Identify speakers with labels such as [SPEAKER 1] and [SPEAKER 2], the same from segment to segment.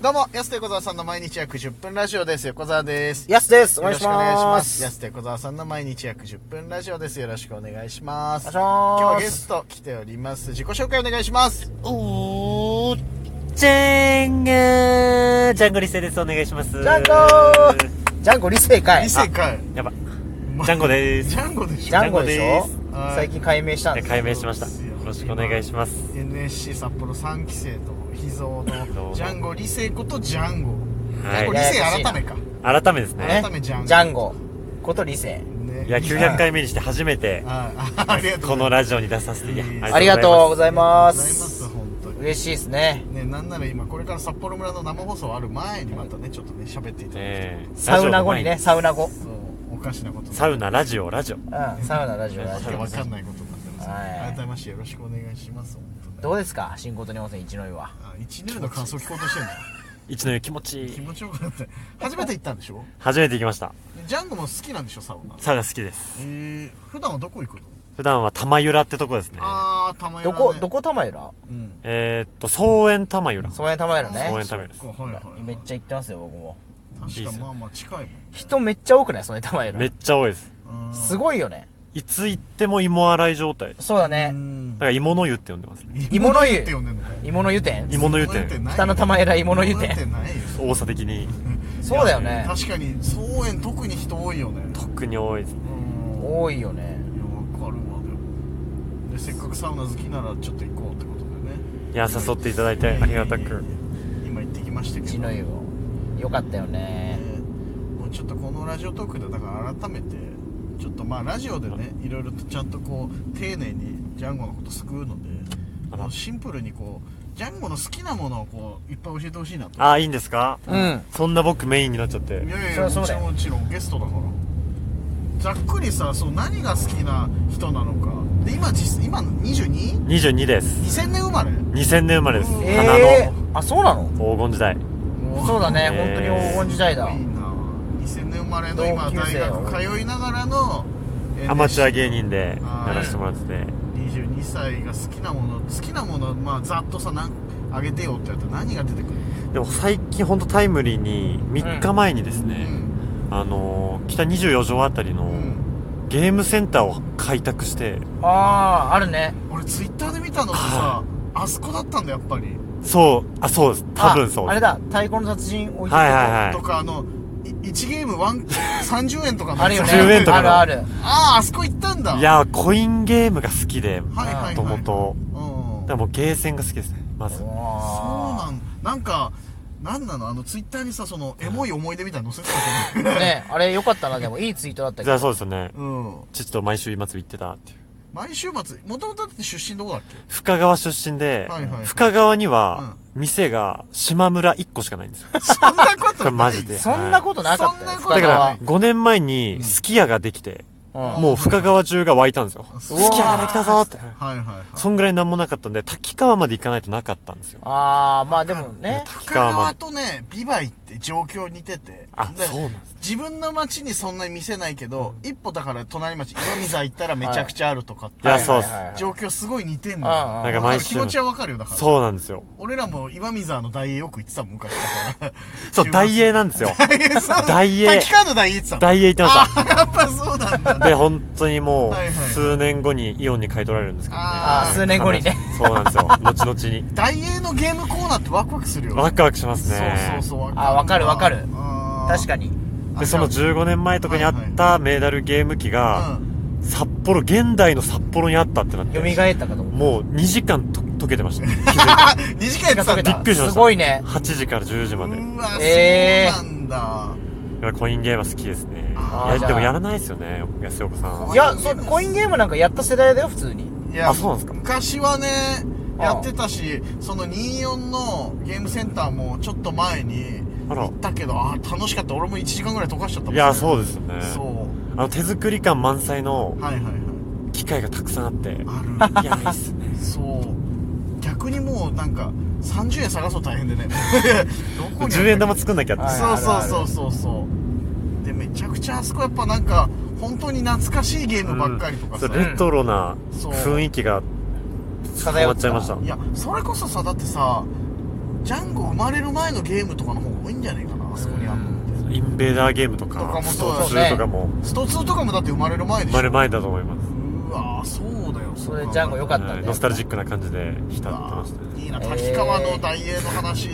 [SPEAKER 1] どうも、安手小沢さんの毎日約10分ラジオです。横澤です。
[SPEAKER 2] やすです。お
[SPEAKER 1] よ
[SPEAKER 2] 願い
[SPEAKER 1] ろ
[SPEAKER 2] し
[SPEAKER 1] くお願いし
[SPEAKER 2] ま。
[SPEAKER 1] ます安手小沢さんの毎日約10分ラジオです。よろしくお願いします。
[SPEAKER 2] お願
[SPEAKER 1] 今日
[SPEAKER 2] いします
[SPEAKER 1] ゲスト来ております。自己紹介お願いします。
[SPEAKER 3] おー、ジェングージャンゴリセです。お願いします。ジ
[SPEAKER 2] ジャンゴジャンゴ理性かい
[SPEAKER 1] 異世界。
[SPEAKER 3] やば。ジャンゴで
[SPEAKER 1] ジ
[SPEAKER 3] す。
[SPEAKER 1] ャンゴでしょ
[SPEAKER 2] ジャンゴでし
[SPEAKER 3] ジャン
[SPEAKER 2] ょ
[SPEAKER 3] ゴで
[SPEAKER 1] はい
[SPEAKER 2] 最近解明したんです。
[SPEAKER 3] 解明しました。よろしくお願いします。
[SPEAKER 1] NSC 札幌3期生と秘蔵
[SPEAKER 3] どう
[SPEAKER 1] の
[SPEAKER 3] も
[SPEAKER 1] ジャンゴ理性ことジャンゴ、
[SPEAKER 3] はい
[SPEAKER 1] ジャンゴ理性改めか
[SPEAKER 3] 改めです
[SPEAKER 1] ね
[SPEAKER 3] ね。
[SPEAKER 1] 改めジャンゴ
[SPEAKER 2] ジャンゴこと理性。
[SPEAKER 1] ね
[SPEAKER 3] いや、900回目にして初めて、
[SPEAKER 1] はいあありがとう
[SPEAKER 3] こ
[SPEAKER 1] ござ
[SPEAKER 3] の
[SPEAKER 1] いま
[SPEAKER 3] ラジオに出させて、いや
[SPEAKER 2] ありがとうございます
[SPEAKER 1] ございます
[SPEAKER 2] す。
[SPEAKER 1] 本当に
[SPEAKER 2] 嬉しいですね。
[SPEAKER 1] ねなんなら今これから札幌村の生放送ある前にまたねちょっとね喋っていただいて、
[SPEAKER 3] ええ
[SPEAKER 2] サウナ後にね、。サウナ後。
[SPEAKER 1] そうおかしなこと
[SPEAKER 3] サウ
[SPEAKER 1] ナ
[SPEAKER 3] ナ、ラジオ、ラジオ。
[SPEAKER 2] うん、サウナラジオラ
[SPEAKER 1] わ
[SPEAKER 2] ジ
[SPEAKER 1] け
[SPEAKER 2] オ
[SPEAKER 1] わ。かんないことになってます、
[SPEAKER 2] はい
[SPEAKER 1] 改めましてよろしくお願いします本当に
[SPEAKER 2] どうですか新琴に温泉一の湯は。
[SPEAKER 1] あ一年の感想聞こうとしてんの
[SPEAKER 3] 一の湯気持ちい
[SPEAKER 1] 気
[SPEAKER 3] い。
[SPEAKER 1] 持ちよくなって初めて行ったんでしょ
[SPEAKER 3] 初めて行きました。
[SPEAKER 1] ジャンゴも好きなんでしょサウナ
[SPEAKER 3] サウナ好きです。
[SPEAKER 1] えー、普段はどこ行くの、
[SPEAKER 3] 普段は玉由良ってとこですね。
[SPEAKER 1] ああたまや
[SPEAKER 2] ど
[SPEAKER 1] らね
[SPEAKER 2] こ、どこ玉浦
[SPEAKER 1] うん
[SPEAKER 3] えーっと、草園玉由良。
[SPEAKER 2] その辺玉浦
[SPEAKER 3] 公園
[SPEAKER 2] ね。
[SPEAKER 3] 食べる
[SPEAKER 1] そっかはいはいはい
[SPEAKER 2] めっちゃ行ってますよ、僕も。
[SPEAKER 1] 確かまあまあ近い
[SPEAKER 2] 人めっちゃ多くないその辺玉
[SPEAKER 3] め
[SPEAKER 2] 浦
[SPEAKER 3] っ。ちゃ多いです。
[SPEAKER 1] もんうん
[SPEAKER 2] すごいよね。
[SPEAKER 3] いつ行っても芋洗い状態。
[SPEAKER 2] そうだ
[SPEAKER 1] う
[SPEAKER 2] ね。
[SPEAKER 1] ん
[SPEAKER 3] だから芋の湯って呼んでますね。
[SPEAKER 2] 芋の湯
[SPEAKER 1] って呼んでんのかよ
[SPEAKER 2] 芋の湯店
[SPEAKER 3] 芋の湯店。
[SPEAKER 1] ない
[SPEAKER 2] 北の玉枝芋の湯店
[SPEAKER 1] 芋のないよ
[SPEAKER 3] 多さ的に
[SPEAKER 2] そうだよね。
[SPEAKER 1] 確かに草園特に人多いよね
[SPEAKER 3] 特に多いですね。
[SPEAKER 1] うん
[SPEAKER 2] 多いよね。
[SPEAKER 1] いやわかるわでもでせっかくサウナ好きならちょっと行こうってことでね
[SPEAKER 3] いや、誘っていただいてありがたく。
[SPEAKER 1] 今行ってきましたけ
[SPEAKER 2] 一
[SPEAKER 1] ど
[SPEAKER 2] の湯を。よかったよ
[SPEAKER 1] え
[SPEAKER 2] ね。
[SPEAKER 1] ーもうちょっとこのラジオトークでだから改めてちょっとまあラジオでねいろいろとちゃんとこう丁寧にジャンゴのこと救うので
[SPEAKER 3] あら
[SPEAKER 1] もうシンプルにこうジャンゴの好きなものをこういっぱい教えてほしいなと
[SPEAKER 3] あ、いいんですか
[SPEAKER 2] うん。
[SPEAKER 3] そんな僕メインになっちゃって
[SPEAKER 1] い。やいやいやも
[SPEAKER 2] そりゃそう
[SPEAKER 1] ち
[SPEAKER 2] だ
[SPEAKER 1] ろ
[SPEAKER 2] よ
[SPEAKER 1] んもちろんゲストだからざっくりさそう何が好きな人なのかで今実今 22?2000
[SPEAKER 3] 22です。
[SPEAKER 1] 年生まれ
[SPEAKER 3] 2000年生まれです。
[SPEAKER 1] う
[SPEAKER 3] 花
[SPEAKER 1] ん
[SPEAKER 3] の
[SPEAKER 2] えー、あ、そうなの
[SPEAKER 3] 黄金時代。
[SPEAKER 2] そうだね、
[SPEAKER 3] えー
[SPEAKER 2] 本当に黄金時代だ
[SPEAKER 1] いい。な2000年生まれの今
[SPEAKER 2] 同級
[SPEAKER 1] 大
[SPEAKER 2] 生を
[SPEAKER 1] 学通いながらの
[SPEAKER 3] アマチュア
[SPEAKER 1] NSC
[SPEAKER 3] 芸人でやらせてもらってて。
[SPEAKER 1] 22歳が好きなもの好きなものまあざっとさなんあげてよってやったら何が出てくる
[SPEAKER 3] でも最近ほんとタイムリーに、3日前にです
[SPEAKER 1] う
[SPEAKER 3] ね、
[SPEAKER 1] ん
[SPEAKER 3] あのー、北24条あたり
[SPEAKER 1] う
[SPEAKER 3] の
[SPEAKER 1] ん
[SPEAKER 3] ゲームセンターを開拓して、
[SPEAKER 2] あー、あるね。
[SPEAKER 1] 俺ツイッターで見たのってさあそこだったんだやっぱり
[SPEAKER 3] そう、あ、そうです。多分そう
[SPEAKER 2] ああれ
[SPEAKER 3] です。
[SPEAKER 2] だ、太鼓の達人置いて
[SPEAKER 3] はいはい
[SPEAKER 2] い。
[SPEAKER 3] はい
[SPEAKER 1] と。かあのい1ゲームワン30円とかの
[SPEAKER 2] あるよね。
[SPEAKER 3] 10円とか
[SPEAKER 2] あ
[SPEAKER 3] の
[SPEAKER 2] るある。
[SPEAKER 1] あああそこ行ったんだ
[SPEAKER 3] いやコインゲームが好きで、も
[SPEAKER 1] はいはいはい
[SPEAKER 3] ともと。
[SPEAKER 1] うん
[SPEAKER 3] だからもうゲーセンが好きですね、まず。
[SPEAKER 1] そうな
[SPEAKER 2] そ
[SPEAKER 1] んなんかなんなのあのツイッターにさそのエモい思い出みたいなの載せてた
[SPEAKER 2] う
[SPEAKER 1] じゃ
[SPEAKER 2] なん
[SPEAKER 1] ん
[SPEAKER 2] ね、あれよかったな、でもいいツイートだったけ
[SPEAKER 3] じゃ
[SPEAKER 2] ど。
[SPEAKER 3] あ そうですよね。
[SPEAKER 1] うん
[SPEAKER 3] 父と毎週末行ってたっていう。
[SPEAKER 1] 毎週末もともとだって出身どこだ っけ
[SPEAKER 3] 深川出身で、
[SPEAKER 1] はいはいはい
[SPEAKER 3] 深川には、店が島村1個しかないんですよ。
[SPEAKER 1] そんなこと
[SPEAKER 3] これマジで。
[SPEAKER 2] そんなことなかったよ。
[SPEAKER 1] そんなこと
[SPEAKER 3] だ
[SPEAKER 1] な
[SPEAKER 2] 深
[SPEAKER 3] か
[SPEAKER 2] 川
[SPEAKER 3] ら、5年前に、すき家ができて、
[SPEAKER 2] うん
[SPEAKER 3] もう深川中が湧いたんですよ。す
[SPEAKER 1] う
[SPEAKER 3] き
[SPEAKER 1] わ
[SPEAKER 3] 家ができたぞって。
[SPEAKER 1] はいはいはい
[SPEAKER 3] そんぐらいなんもなかったんで、滝川まで行かないとなかったんですよ。
[SPEAKER 2] あー、まあでもね。
[SPEAKER 3] 滝
[SPEAKER 1] 深
[SPEAKER 3] 川ま
[SPEAKER 1] 川
[SPEAKER 3] で。
[SPEAKER 1] とねビバイって状況似てて
[SPEAKER 3] あ、
[SPEAKER 1] で
[SPEAKER 3] そうなんです。
[SPEAKER 1] 自分の町にそんなに見せないけど、一歩だから隣町岩見沢行ったらめちゃくちゃあるとかって
[SPEAKER 3] いや、そうっす
[SPEAKER 2] はい。はいはい
[SPEAKER 1] 状況すごい似てんの
[SPEAKER 2] うんうん
[SPEAKER 1] よ
[SPEAKER 3] なんか
[SPEAKER 1] わる
[SPEAKER 3] 毎週
[SPEAKER 1] 気持ちはわかるよだから
[SPEAKER 3] そうなんですよ。
[SPEAKER 1] 俺らも岩見沢の大英よく行ってたもん昔だから
[SPEAKER 3] そう、大英なんですよ。大英
[SPEAKER 1] 大川の大英行ってたの
[SPEAKER 3] 大英行ってました。
[SPEAKER 1] あやっぱそうなんだ
[SPEAKER 3] で、本当にも、
[SPEAKER 1] はいはいう
[SPEAKER 3] 数年後にイオンに買い取られるんですけど ね。
[SPEAKER 1] あ
[SPEAKER 2] ー数年後にね。
[SPEAKER 3] そうなん ですよ。後々に。
[SPEAKER 1] 大英のゲームコーナーってワクワクするよね
[SPEAKER 3] ワクワクします
[SPEAKER 1] そう
[SPEAKER 3] ね。
[SPEAKER 1] そうそうわ
[SPEAKER 2] あわかるわかる確か
[SPEAKER 1] に
[SPEAKER 2] に。
[SPEAKER 3] で、その15年前とかにあったメダルゲーム機が、札幌、現代の札幌にあったってなっ、
[SPEAKER 2] 蘇ってたかと思う。
[SPEAKER 3] もう2時間と溶けてました。
[SPEAKER 1] 2時間やってたん
[SPEAKER 3] び
[SPEAKER 1] だ
[SPEAKER 3] っくりしました。
[SPEAKER 2] すごいね
[SPEAKER 3] 8時から10時まで。
[SPEAKER 1] うわ
[SPEAKER 2] えー
[SPEAKER 1] そうなんだ
[SPEAKER 3] だからコインゲームは好きですね。
[SPEAKER 1] あ
[SPEAKER 3] い
[SPEAKER 2] ー
[SPEAKER 3] や、
[SPEAKER 2] じゃあ
[SPEAKER 3] でもやらないですよね、安岡さん
[SPEAKER 1] う
[SPEAKER 2] い
[SPEAKER 3] は。
[SPEAKER 2] や、そコインゲームなんかやった世代だよ、普通に。
[SPEAKER 1] いや
[SPEAKER 3] あそうなんですか
[SPEAKER 1] 昔はね
[SPEAKER 2] ああ
[SPEAKER 1] やってたしその24のゲームセンターもちょっと前に
[SPEAKER 3] あら
[SPEAKER 1] 行ったけどあー楽しかった俺も1時間ぐらい溶かしちゃったもん
[SPEAKER 3] いや、そうですよね。
[SPEAKER 1] そ
[SPEAKER 3] あの、手作り感満載の
[SPEAKER 1] うはいはいはい
[SPEAKER 3] 機械がたくさんあって、
[SPEAKER 1] あ
[SPEAKER 3] いや、いいっすね。
[SPEAKER 1] るそう逆にもうなんか30円探そう大変でね ど こにある
[SPEAKER 3] 10円玉作んなきゃって。
[SPEAKER 2] はい
[SPEAKER 1] そうそう
[SPEAKER 2] あるある
[SPEAKER 1] そうそうそうでめちゃくちゃあそこやっぱなんか本当に懐かしいゲームばっかりとかさ、
[SPEAKER 3] そうレトロな
[SPEAKER 1] そう
[SPEAKER 3] 雰囲気が
[SPEAKER 2] 漂
[SPEAKER 3] 変わ
[SPEAKER 2] っ
[SPEAKER 3] っちゃいました
[SPEAKER 1] いやそれこそさだってさジャンゴ生まれる前のゲームとかの方が多いんじゃねえかなあそこにあんのって
[SPEAKER 3] インベーダーゲームと
[SPEAKER 1] とか
[SPEAKER 3] か
[SPEAKER 1] も
[SPEAKER 3] ス
[SPEAKER 1] そ
[SPEAKER 3] ト
[SPEAKER 1] うだね
[SPEAKER 3] 2とかも
[SPEAKER 1] スト2とかもだって生まれる前でし
[SPEAKER 3] 生
[SPEAKER 1] ょ
[SPEAKER 3] まれる前だと思います
[SPEAKER 1] うわーそうだよ
[SPEAKER 2] それジャンゴ良かった
[SPEAKER 3] は
[SPEAKER 2] ね
[SPEAKER 3] いノスタルジックな感じで浸ってました
[SPEAKER 1] い
[SPEAKER 3] ね
[SPEAKER 1] いな滝川の大英の話、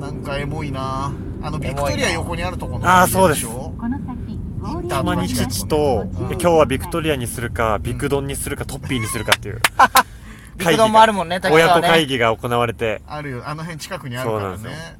[SPEAKER 1] なんかエモいなあのビクトリア横にあるとこの
[SPEAKER 3] あーそうです
[SPEAKER 4] この先
[SPEAKER 1] ゴールド
[SPEAKER 3] たまに父と
[SPEAKER 1] うん
[SPEAKER 3] 今日はビクトリアにするかビクドンにするかトッピーにするかっていう
[SPEAKER 2] ビクドンもあるもんね
[SPEAKER 3] 会議が
[SPEAKER 2] 滝川ね
[SPEAKER 3] 親子会議が行われて
[SPEAKER 1] あるよあの辺近くにあるから
[SPEAKER 3] そう
[SPEAKER 1] ね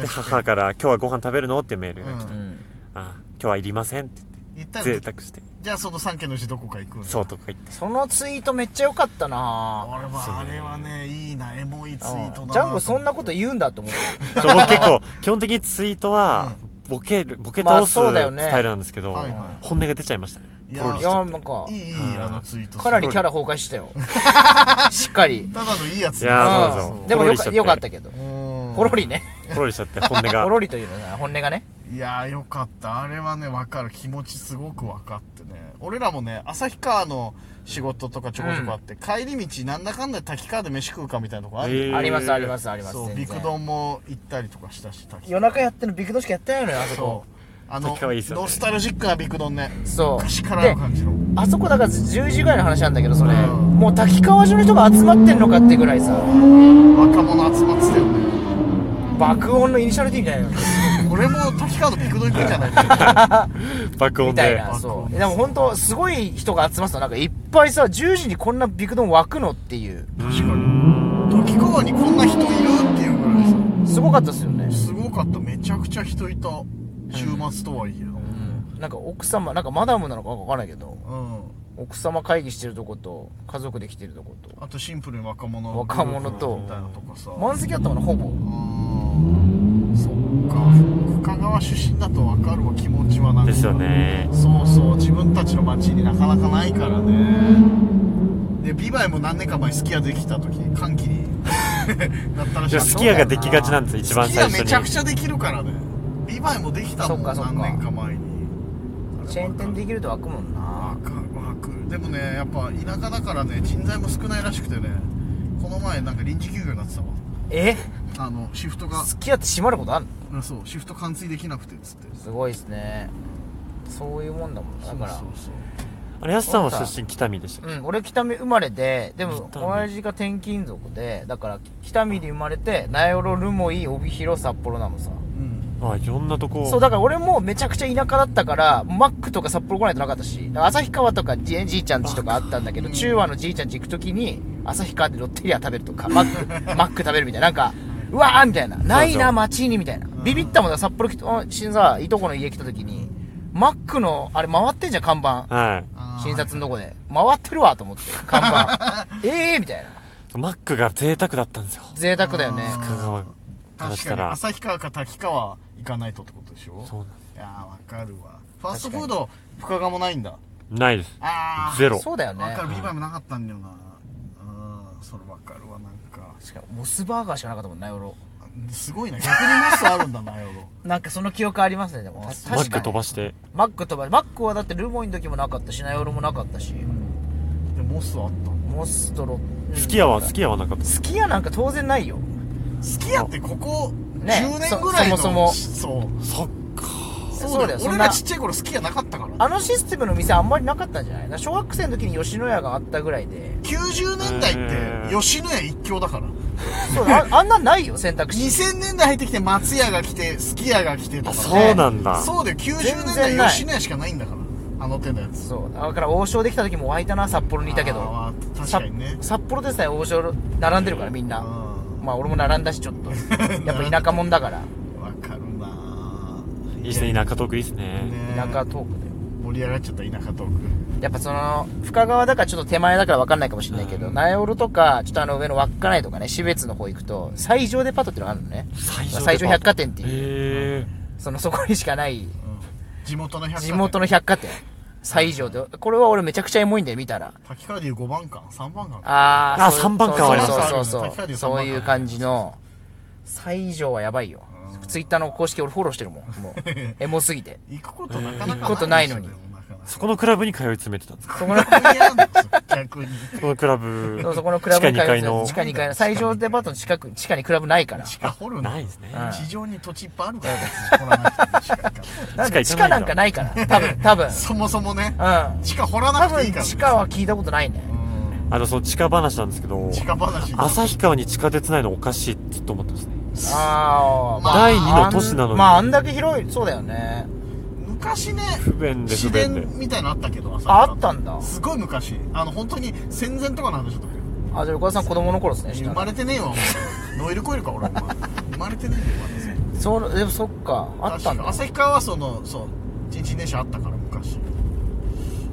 [SPEAKER 3] で母から「今日はご飯食べるの?」ってメールが来
[SPEAKER 1] う
[SPEAKER 3] て
[SPEAKER 1] ん
[SPEAKER 2] うん
[SPEAKER 3] 「あ今日はいりません」って
[SPEAKER 1] 行った
[SPEAKER 3] 言っ
[SPEAKER 1] よ
[SPEAKER 3] て贅沢して
[SPEAKER 1] じゃあその3軒のうちどこか行くんだ
[SPEAKER 3] そうとか言って
[SPEAKER 2] そのツイートめっちゃ良かったな
[SPEAKER 1] 俺はあれはねいいなエモいツイートだな
[SPEAKER 2] ジャンゴそんなこと言うんだ と思って
[SPEAKER 3] そう 僕結構基本的にツイートはボケるボケ
[SPEAKER 2] まあ
[SPEAKER 3] 倒すス
[SPEAKER 2] そうだよね
[SPEAKER 3] タイルなんですけど
[SPEAKER 1] はいは
[SPEAKER 3] 本音が出ちゃいましたね
[SPEAKER 1] いや
[SPEAKER 3] ポロリ
[SPEAKER 2] い
[SPEAKER 3] しちゃ
[SPEAKER 2] や
[SPEAKER 3] っ
[SPEAKER 2] なんか
[SPEAKER 1] いいいいあのツイート
[SPEAKER 2] かなりキャラ崩壊したよ しっかり
[SPEAKER 1] ただのいいやつ
[SPEAKER 3] いやーそうそう
[SPEAKER 2] うんでもよか
[SPEAKER 3] ポロリしちゃって
[SPEAKER 2] よかったけど
[SPEAKER 1] うん
[SPEAKER 2] ポロリね
[SPEAKER 3] てポロリしちゃって本音 が
[SPEAKER 2] ポロリというのは本音がね
[SPEAKER 1] いやーよかったあれはね分かる気持ちすごく分かってね俺らもね旭川の仕事とかちょこちょこあって、帰り道なんだかんだ滝川で飯食うかみたいなとこある、
[SPEAKER 3] えー
[SPEAKER 2] ありますありますあります
[SPEAKER 1] そう
[SPEAKER 2] 全
[SPEAKER 1] ビ
[SPEAKER 2] 然
[SPEAKER 1] クドンも行ったりとかしたし滝川
[SPEAKER 2] 夜中やってるのビクドンしかやってないのよあそこ
[SPEAKER 1] そうあの
[SPEAKER 3] 滝川いいっすよね
[SPEAKER 1] ノスタルジックなビクドンね
[SPEAKER 2] そう
[SPEAKER 1] 昔からの感じの
[SPEAKER 2] あそこだから10時ぐらいの話なんだけどそれ
[SPEAKER 1] うん
[SPEAKER 2] もう滝川中の人が集まってんのかってぐらいさ
[SPEAKER 1] 若者集まってたよね
[SPEAKER 2] 爆音のイニシャル D みたいなの
[SPEAKER 1] 俺も滝川のビクドン行くんじゃない か
[SPEAKER 3] 爆音
[SPEAKER 2] みたい
[SPEAKER 3] で
[SPEAKER 2] なそ
[SPEAKER 1] 爆音
[SPEAKER 2] うでも本当すごい人が集まってたなんかいっぱいさ10時にこんなビクドン湧くのっていう
[SPEAKER 1] 確かに滝川にこんな人いるっていうぐらいさ
[SPEAKER 2] すごかったですよね
[SPEAKER 1] すごかっためちゃくちゃ人いた週末とはいえ
[SPEAKER 2] なんか奥様なんかマダムなのかわかんないけど
[SPEAKER 1] うん、
[SPEAKER 2] 奥様会議してるとこと家族で来てるとこと
[SPEAKER 1] あとシンプルに若者
[SPEAKER 2] 若者と
[SPEAKER 1] みたいなとかさ、
[SPEAKER 2] 満席だったもんなほぼ
[SPEAKER 1] うんそっか深川出身だと分かるわ気持ちはなんか
[SPEAKER 3] ですよね
[SPEAKER 1] そうそう自分たちの町になかなかないからねでビバイも何年か前すき家できた時歓喜 になったらしい
[SPEAKER 3] いや
[SPEAKER 1] す
[SPEAKER 3] ス
[SPEAKER 1] き
[SPEAKER 3] キヤができがちなんですよ一番最
[SPEAKER 1] 家
[SPEAKER 3] 初
[SPEAKER 1] めちゃく
[SPEAKER 3] に
[SPEAKER 1] ちゃできるからねビバイもできたもん
[SPEAKER 2] そっかそっか
[SPEAKER 1] 何年か前に
[SPEAKER 2] チェーン店できると湧くもんな
[SPEAKER 1] わかるわかるでもねやっぱ田舎だからね人材も少ないらしくてねこの前なんか臨時休業になってたわ
[SPEAKER 2] え
[SPEAKER 1] あのシフトが
[SPEAKER 2] 付き合って閉まることあんの
[SPEAKER 1] うんそうシフト完遂できなくてっつって
[SPEAKER 2] すごいですねそういうもんだもんなだから
[SPEAKER 1] そうそう
[SPEAKER 3] あれやすさんは出身北見でしたっ
[SPEAKER 2] うん、俺北見生まれででも
[SPEAKER 3] 北見
[SPEAKER 2] 親父が転勤族でだから北見で生まれて名寄留萌帯広札幌なのさ
[SPEAKER 1] そううん
[SPEAKER 3] けあいろんなとこ
[SPEAKER 2] そうだから俺もめちゃくちゃ田舎だったからマックとか札幌来ないとなかったしだから旭川とかじじいちゃん家とかあったんだけど
[SPEAKER 1] うん
[SPEAKER 2] 中和のじいちゃん家行く時に旭川でロッテリア食べるとかマック マック食べるみたいななんかうわーみたいなないな街にみたいなビビったもんだ札幌来たあ新座いとこの家来た時にマックのあれ回ってんじゃん看板
[SPEAKER 3] は
[SPEAKER 1] あー
[SPEAKER 2] 診察のとこで回ってるわと思って看板 ええみたいない
[SPEAKER 3] マックが贅沢だったんですよ
[SPEAKER 2] 贅沢だよね
[SPEAKER 1] あ
[SPEAKER 3] 香川から
[SPEAKER 1] 確
[SPEAKER 3] し
[SPEAKER 1] か
[SPEAKER 3] た
[SPEAKER 1] に
[SPEAKER 3] ら
[SPEAKER 1] 旭川か滝川行かないとってことでしょ
[SPEAKER 3] そうなんで
[SPEAKER 1] いやーわかるわファーストフード深川もないんだ
[SPEAKER 3] すないです
[SPEAKER 1] ああ
[SPEAKER 3] ゼロ
[SPEAKER 2] そうだよね
[SPEAKER 1] わかるビバイもなかったんだよなうんそれわかるわなんか
[SPEAKER 2] 確かにモスバーガーしかなかったもんな夜
[SPEAKER 1] すごいな逆にモスあるんだなよろ
[SPEAKER 2] なんかその記憶ありますねでも
[SPEAKER 1] あ
[SPEAKER 2] 確か
[SPEAKER 3] マ
[SPEAKER 2] に
[SPEAKER 3] ック飛ばして
[SPEAKER 2] マック飛ばマックはだってルモイの時もなかったしナヨロもなかったし
[SPEAKER 1] でモスはあった
[SPEAKER 2] モストロ
[SPEAKER 3] スキヤはス
[SPEAKER 2] キ
[SPEAKER 3] キヤはなかった
[SPEAKER 2] スキヤなんか当然ないよ
[SPEAKER 1] すき家ってここ
[SPEAKER 2] ね
[SPEAKER 1] 10年ぐらいの、
[SPEAKER 2] そそも
[SPEAKER 1] そう
[SPEAKER 3] そっか
[SPEAKER 1] そうだよ
[SPEAKER 2] そん
[SPEAKER 1] 俺
[SPEAKER 2] な
[SPEAKER 1] らちっちゃい頃すき家なかったから
[SPEAKER 2] あのシステムの店あんまりなかったんじゃないだから小学生の時に吉野家があったぐらいで
[SPEAKER 1] 90年代
[SPEAKER 3] へ
[SPEAKER 1] って
[SPEAKER 3] ー
[SPEAKER 1] 吉野家一強だから
[SPEAKER 2] そ うああんなんないよ選択肢
[SPEAKER 1] 2000年代入ってきて松屋が来てすき家が来てとか、ね、
[SPEAKER 3] そうなんだ
[SPEAKER 1] そうだよ90
[SPEAKER 2] 全
[SPEAKER 1] 年
[SPEAKER 2] 然
[SPEAKER 1] 代
[SPEAKER 2] ない
[SPEAKER 1] 吉野家しかないんだからあの手のやつ
[SPEAKER 2] そうだから王将できた時も湧いたな札幌にいたけど
[SPEAKER 1] あー確かにね
[SPEAKER 2] 札札幌でさえ王将並んでるからみんな
[SPEAKER 1] うん
[SPEAKER 2] まあ俺も並んだしちょっとやっぱ田舎者だから
[SPEAKER 1] わかるなぁ
[SPEAKER 3] いいですね田舎トークいいですね
[SPEAKER 1] ね
[SPEAKER 2] 田舎トークで
[SPEAKER 1] 盛り上がっちゃった田舎トーク
[SPEAKER 2] やっぱその深川だからちょっと手前だから分かんないかもしれないけど
[SPEAKER 3] うん
[SPEAKER 2] 名寄とかちょっとあの上の稚内とかね標津の方行くと最上デパートっていうのがあるのね
[SPEAKER 3] 最上デパート
[SPEAKER 2] 最上百貨店っていう
[SPEAKER 3] へえ
[SPEAKER 2] そのそこにしかない
[SPEAKER 1] うん地元の百貨店
[SPEAKER 2] 地元の百貨店最上でこれは俺めちゃくちゃエモいんだよ見たら
[SPEAKER 1] 滝川でいう5番館3番館
[SPEAKER 2] あー
[SPEAKER 3] あ
[SPEAKER 2] そう
[SPEAKER 3] 三番館はあります
[SPEAKER 2] そうそうそう
[SPEAKER 1] 高い
[SPEAKER 2] そう
[SPEAKER 1] です
[SPEAKER 2] そういう感じの最上はやばいよ
[SPEAKER 1] うん
[SPEAKER 2] ツイッターの公式俺フォローしてるもんもうエモすぎて
[SPEAKER 1] 行くことなかなか
[SPEAKER 2] 行くことないのに
[SPEAKER 1] でもなかな
[SPEAKER 3] そこのクラブに通い詰めてたんですか
[SPEAKER 2] そこの、
[SPEAKER 1] 嫌なんですよ逆に。
[SPEAKER 3] そのクラブ
[SPEAKER 2] そうそこのクラブ
[SPEAKER 3] 地
[SPEAKER 2] に通
[SPEAKER 3] 下2
[SPEAKER 2] い
[SPEAKER 3] 階
[SPEAKER 2] 詰め
[SPEAKER 3] の
[SPEAKER 2] て地下2階の、最上デパートの近く、地下にクラブないから。
[SPEAKER 1] 地下掘るの
[SPEAKER 3] ないんですね
[SPEAKER 2] うん
[SPEAKER 1] 地上に土地いっぱいあるから別に掘らなくても地下から
[SPEAKER 2] なん
[SPEAKER 3] 地下行かないんだ
[SPEAKER 2] で地下なんかないから。多分、多分。
[SPEAKER 1] そもそもね
[SPEAKER 2] うん。
[SPEAKER 1] 地下掘ら
[SPEAKER 2] 多
[SPEAKER 1] なくていいか
[SPEAKER 2] 分、
[SPEAKER 1] ら
[SPEAKER 2] 地下は聞いたことないね。
[SPEAKER 1] うん
[SPEAKER 3] あのその地下話なんですけど
[SPEAKER 1] 地下話
[SPEAKER 3] 旭川に地下鉄ないのおかしいってずっと思ってますね
[SPEAKER 2] あー、まあ。
[SPEAKER 1] 第
[SPEAKER 3] 二の都市なのに
[SPEAKER 2] まあ、あんだけ広い、そうだよね。
[SPEAKER 1] 昔ね
[SPEAKER 3] 不便で不
[SPEAKER 1] 自然
[SPEAKER 3] 便で
[SPEAKER 1] みたいなのあったけど朝
[SPEAKER 2] あ、あったんだ。
[SPEAKER 1] すごい昔あの本当に戦前とかの話だったよ
[SPEAKER 2] あ、じゃあ、横田さん子供の頃ですね、知
[SPEAKER 1] 生
[SPEAKER 2] らな
[SPEAKER 1] ま
[SPEAKER 2] い
[SPEAKER 1] れてねえわお前ノイルコイルか俺お前生まれてねえよ
[SPEAKER 2] そう、でもそっか、
[SPEAKER 1] お前
[SPEAKER 2] あったんだ。
[SPEAKER 1] 旭川はそのそう人身電車あったから昔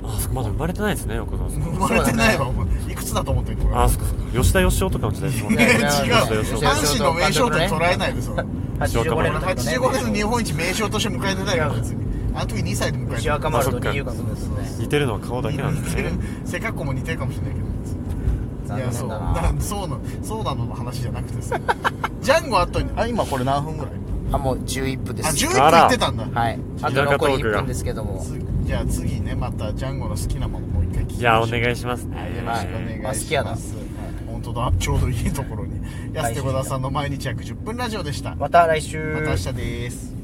[SPEAKER 3] あそこまだ生まれてないですね横澤さん
[SPEAKER 1] 生まれてないわお前いくつだと思ってんの俺
[SPEAKER 3] あそこそこ吉田義雄とかの時代ですもん
[SPEAKER 1] いや
[SPEAKER 3] ね
[SPEAKER 1] 違う
[SPEAKER 3] 吉田
[SPEAKER 1] 阪
[SPEAKER 3] 義雄
[SPEAKER 1] 神の名将と捉えないでそれ
[SPEAKER 2] 85年の時ね。
[SPEAKER 1] 85年の日本一名将として迎えてないから別にあの時2歳で迎えて
[SPEAKER 2] 牛
[SPEAKER 1] た
[SPEAKER 2] 若丸と二遊間君ですね。
[SPEAKER 3] 似てるのは顔だけなんですね
[SPEAKER 1] 背格好も似てるかもしれないけど別にい
[SPEAKER 2] 残
[SPEAKER 1] やそ
[SPEAKER 2] 念
[SPEAKER 1] う
[SPEAKER 2] だ
[SPEAKER 1] な
[SPEAKER 2] な。
[SPEAKER 1] んそうなそうなのの話じゃなくてさジャンゴあったにあ今これ何分ぐらい
[SPEAKER 2] あ、もう11分で
[SPEAKER 1] あ
[SPEAKER 2] す。
[SPEAKER 1] 11分いってたんだ、
[SPEAKER 2] はい。あと残り1分ですけども。
[SPEAKER 1] つじゃあ次ねまたジャンゴの好きなものもう一回聞きましょう
[SPEAKER 3] いやお願いします
[SPEAKER 1] はいよろしくお願いし
[SPEAKER 2] ま
[SPEAKER 1] ま
[SPEAKER 2] あ
[SPEAKER 1] す
[SPEAKER 2] 好きやな
[SPEAKER 1] 本当だちょうどいいところに安手小田さんの毎日約10分ラジオでしたま
[SPEAKER 2] また来週。
[SPEAKER 1] た明日です